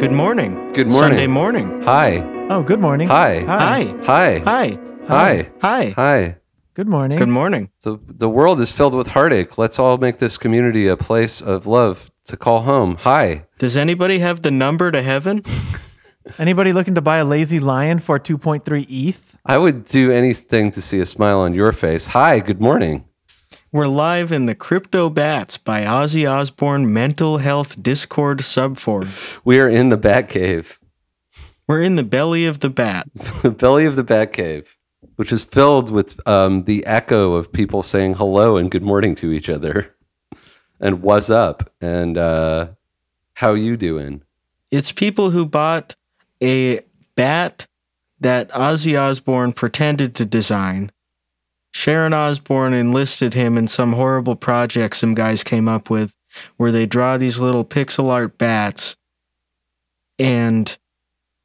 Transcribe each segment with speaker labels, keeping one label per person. Speaker 1: Good morning.
Speaker 2: Good morning.
Speaker 1: Sunday morning.
Speaker 2: Hi.
Speaker 3: Oh, good morning.
Speaker 2: Hi.
Speaker 1: Hi.
Speaker 2: Hi.
Speaker 1: Hi.
Speaker 2: Hi.
Speaker 1: Hi.
Speaker 2: Hi.
Speaker 3: Good morning.
Speaker 1: Good morning.
Speaker 2: The the world is filled with heartache. Let's all make this community a place of love to call home. Hi.
Speaker 1: Does anybody have the number to heaven?
Speaker 3: Anybody looking to buy a lazy lion for 2.3 ETH?
Speaker 2: I would do anything to see a smile on your face. Hi, good morning.
Speaker 1: We're live in the Crypto Bats by Ozzy Osbourne Mental Health Discord subforum.
Speaker 2: We are in the Bat Cave,
Speaker 1: We're in the belly of the bat.
Speaker 2: the belly of the Bat Cave, which is filled with um, the echo of people saying hello and good morning to each other, and what's up, and uh, how you doing?
Speaker 1: It's people who bought a bat that Ozzy Osbourne pretended to design. Sharon Osbourne enlisted him in some horrible project some guys came up with where they draw these little pixel art bats and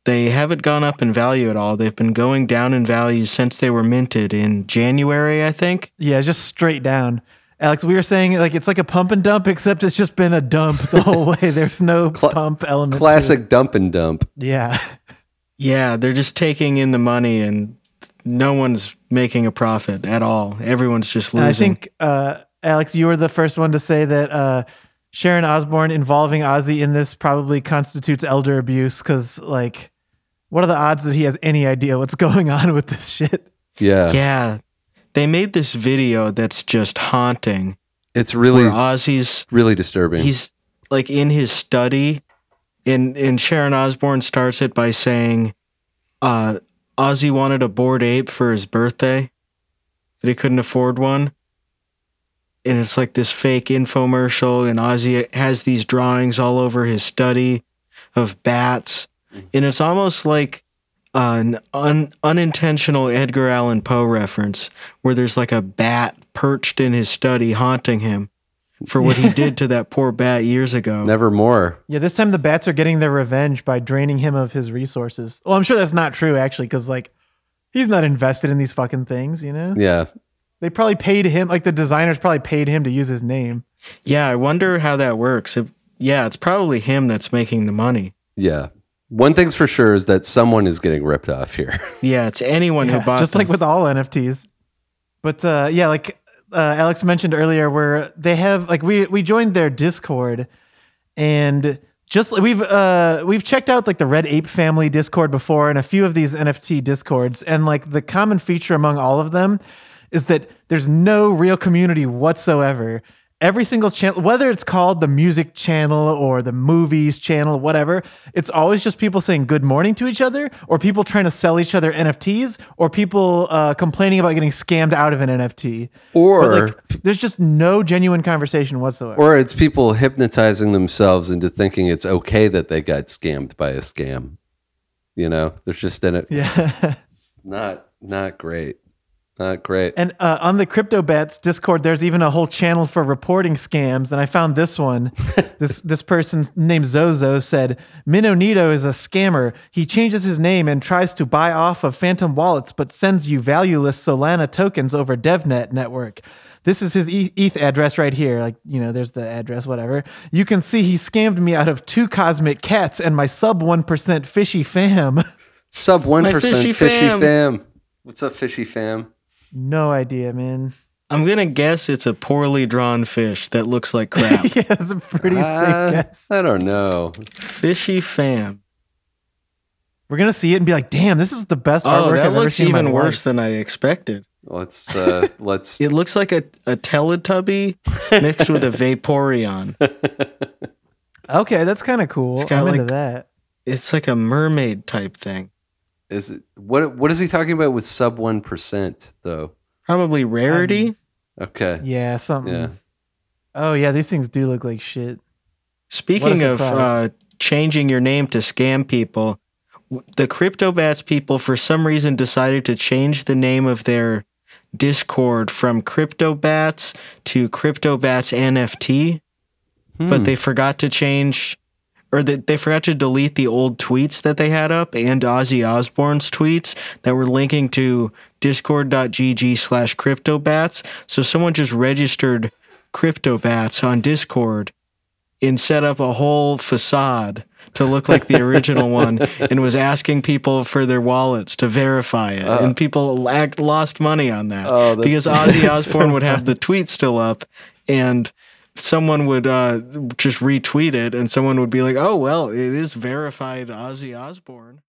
Speaker 1: they haven't gone up in value at all. They've been going down in value since they were minted in January, I think.
Speaker 3: Yeah, it's just straight down. Alex, we were saying like it's like a pump and dump, except it's just been a dump the whole way. There's no
Speaker 2: Cla-
Speaker 3: pump element. to it.
Speaker 2: Classic dump and dump.
Speaker 3: Yeah.
Speaker 1: Yeah, they're just taking in the money and no one's making a profit at all. Everyone's just losing.
Speaker 3: I think uh, Alex, you were the first one to say that uh, Sharon Osbourne involving Ozzy in this probably constitutes elder abuse because like, what are the odds that he has any idea what's going on with this shit?
Speaker 2: Yeah.
Speaker 1: Yeah. They made this video that's just haunting.
Speaker 2: It's really,
Speaker 1: Where Ozzy's
Speaker 2: really disturbing.
Speaker 1: he's like in his study and and Sharon Osbourne starts it by saying uh Ozzy wanted a bored ape for his birthday, but he couldn't afford one. And it's like this fake infomercial and Ozzy has these drawings all over his study of bats.
Speaker 3: Mm-hmm.
Speaker 1: And it's almost like an un- unintentional Edgar Allan Poe reference where there's like a bat perched in his study haunting him for what he did to that poor bat years ago.
Speaker 2: Never more.
Speaker 3: Yeah, this time the bats are getting their revenge by draining him of his resources. Well, I'm sure that's not true actually, because like he's not invested in these fucking things, you know?
Speaker 2: Yeah.
Speaker 3: They probably paid him, like the designers probably paid him to use his name.
Speaker 1: Yeah, I wonder how that works. If, yeah, it's probably him that's making the money.
Speaker 2: Yeah. One thing's for sure is that someone is getting ripped off here.
Speaker 1: Yeah, it's anyone
Speaker 3: Yeah,
Speaker 1: who bought
Speaker 3: just
Speaker 1: them.
Speaker 3: like with all NFTs. But uh, yeah, like uh, Alex mentioned earlier, where they have like we we joined their Discord, and just we've uh, we've checked out like the Red Ape family Discord before, and a few of these NFT Discords, and like the common feature among all of them is that there's no real community whatsoever. Every single channel, whether it's called the music channel or the movies channel, whatever, it's always just people saying good morning to each other, or people trying to sell each other NFTs, or people uh, complaining about getting scammed out of an NFT.
Speaker 2: Or
Speaker 3: But, like, there's just no genuine conversation whatsoever.
Speaker 2: or it's people hypnotizing themselves into thinking it's okay that they got scammed by a scam. You know, there's just in it.
Speaker 3: yeah.
Speaker 2: Not not great. Not great.
Speaker 3: And uh, on the CryptoBats Discord, there's even a whole channel for reporting scams. And I found this one. this this person named Zozo said, Minonito is a scammer. He changes his name and tries to buy off of phantom wallets, but sends you valueless Solana tokens over DevNet network. This is his E- ETH address right here. Like, you know, there's the address, whatever. You can see he scammed me out of two cosmic cats and my sub 1% fishy fam.
Speaker 2: Sub one percent
Speaker 1: fishy
Speaker 2: fishy,
Speaker 1: fam.
Speaker 2: fam. What's up, fishy fam?
Speaker 3: no idea, man.
Speaker 1: I'm gonna guess it's a poorly drawn fish that looks like crap.
Speaker 3: yeah, that's a pretty
Speaker 2: Uh,
Speaker 3: safe guess.
Speaker 2: I don't know.
Speaker 1: Fishy fam.
Speaker 3: We're gonna see it and be like, "Damn, this is the best
Speaker 1: Oh,
Speaker 3: artwork
Speaker 1: that
Speaker 3: I've ever
Speaker 1: looks
Speaker 3: seen." in
Speaker 1: even
Speaker 3: my
Speaker 1: worse
Speaker 3: life."
Speaker 1: than I expected.
Speaker 2: Let's uh let's
Speaker 1: It looks like a, a Teletubby mixed with a Vaporeon.
Speaker 3: Okay, that's kind of cool.
Speaker 1: It's
Speaker 3: I'm
Speaker 1: got, like-
Speaker 3: into that.
Speaker 1: It's like a mermaid type thing.
Speaker 2: is it what what is he talking about with sub one percent though?
Speaker 1: Probably rarity.
Speaker 2: Okay.
Speaker 3: Yeah, something.
Speaker 2: Yeah.
Speaker 3: Oh yeah, these things do look like shit.
Speaker 1: Speaking
Speaker 3: What a
Speaker 1: of uh,
Speaker 3: surprise.
Speaker 1: changing your name to scam people, w- the CryptoBats people, for some reason, decided to change the name of their Discord from CryptoBats to CryptoBats NFT,
Speaker 2: Hmm.
Speaker 1: but they forgot to change, or they, they forgot to delete the old tweets that they had up and Ozzy Osbourne's tweets that were linking to discord.gg slash CryptoBats. So someone just registered CryptoBats on Discord and set up a whole facade to look like the original one and was asking people for their wallets to verify it. and people lack, lost money on that
Speaker 2: Oh, that's-
Speaker 1: because Ozzy Osbourne would have the tweet still up and someone would uh, just retweet it and someone would be like, oh, well, it is verified Ozzy Osbourne.